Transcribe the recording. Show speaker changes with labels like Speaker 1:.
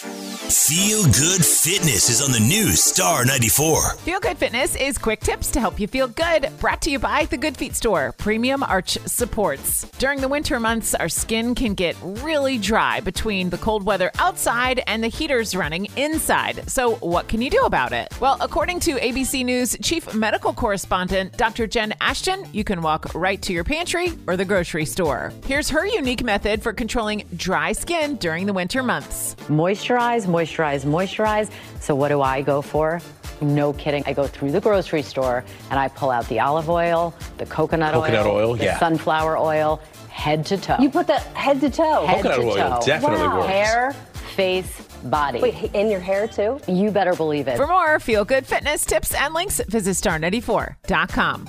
Speaker 1: Feel Good Fitness is on the new Star 94.
Speaker 2: Feel Good Fitness is quick tips to help you feel good. Brought to you by the Good Feet Store, Premium Arch Supports. During the winter months, our skin can get really dry between the cold weather outside and the heaters running inside. So, what can you do about it? Well, according to ABC News chief medical correspondent Dr. Jen Ashton, you can walk right to your pantry or the grocery store. Here's her unique method for controlling dry skin during the winter months.
Speaker 3: moisturize, moisturize, moisturize. So what do I go for? No kidding. I go through the grocery store and I pull out the olive oil, the coconut,
Speaker 4: Coconut oil,
Speaker 3: the
Speaker 4: yeah.
Speaker 3: sunflower oil, head to toe.
Speaker 5: You put that head to toe.
Speaker 3: head
Speaker 4: Coconut
Speaker 3: to
Speaker 4: oil
Speaker 3: toe.
Speaker 4: definitely
Speaker 5: Wow.
Speaker 4: works.
Speaker 3: Hair, face, body.
Speaker 5: Wait, in your hair too?
Speaker 3: You better believe it.
Speaker 2: For more feel good fitness tips and links, visit star94.com.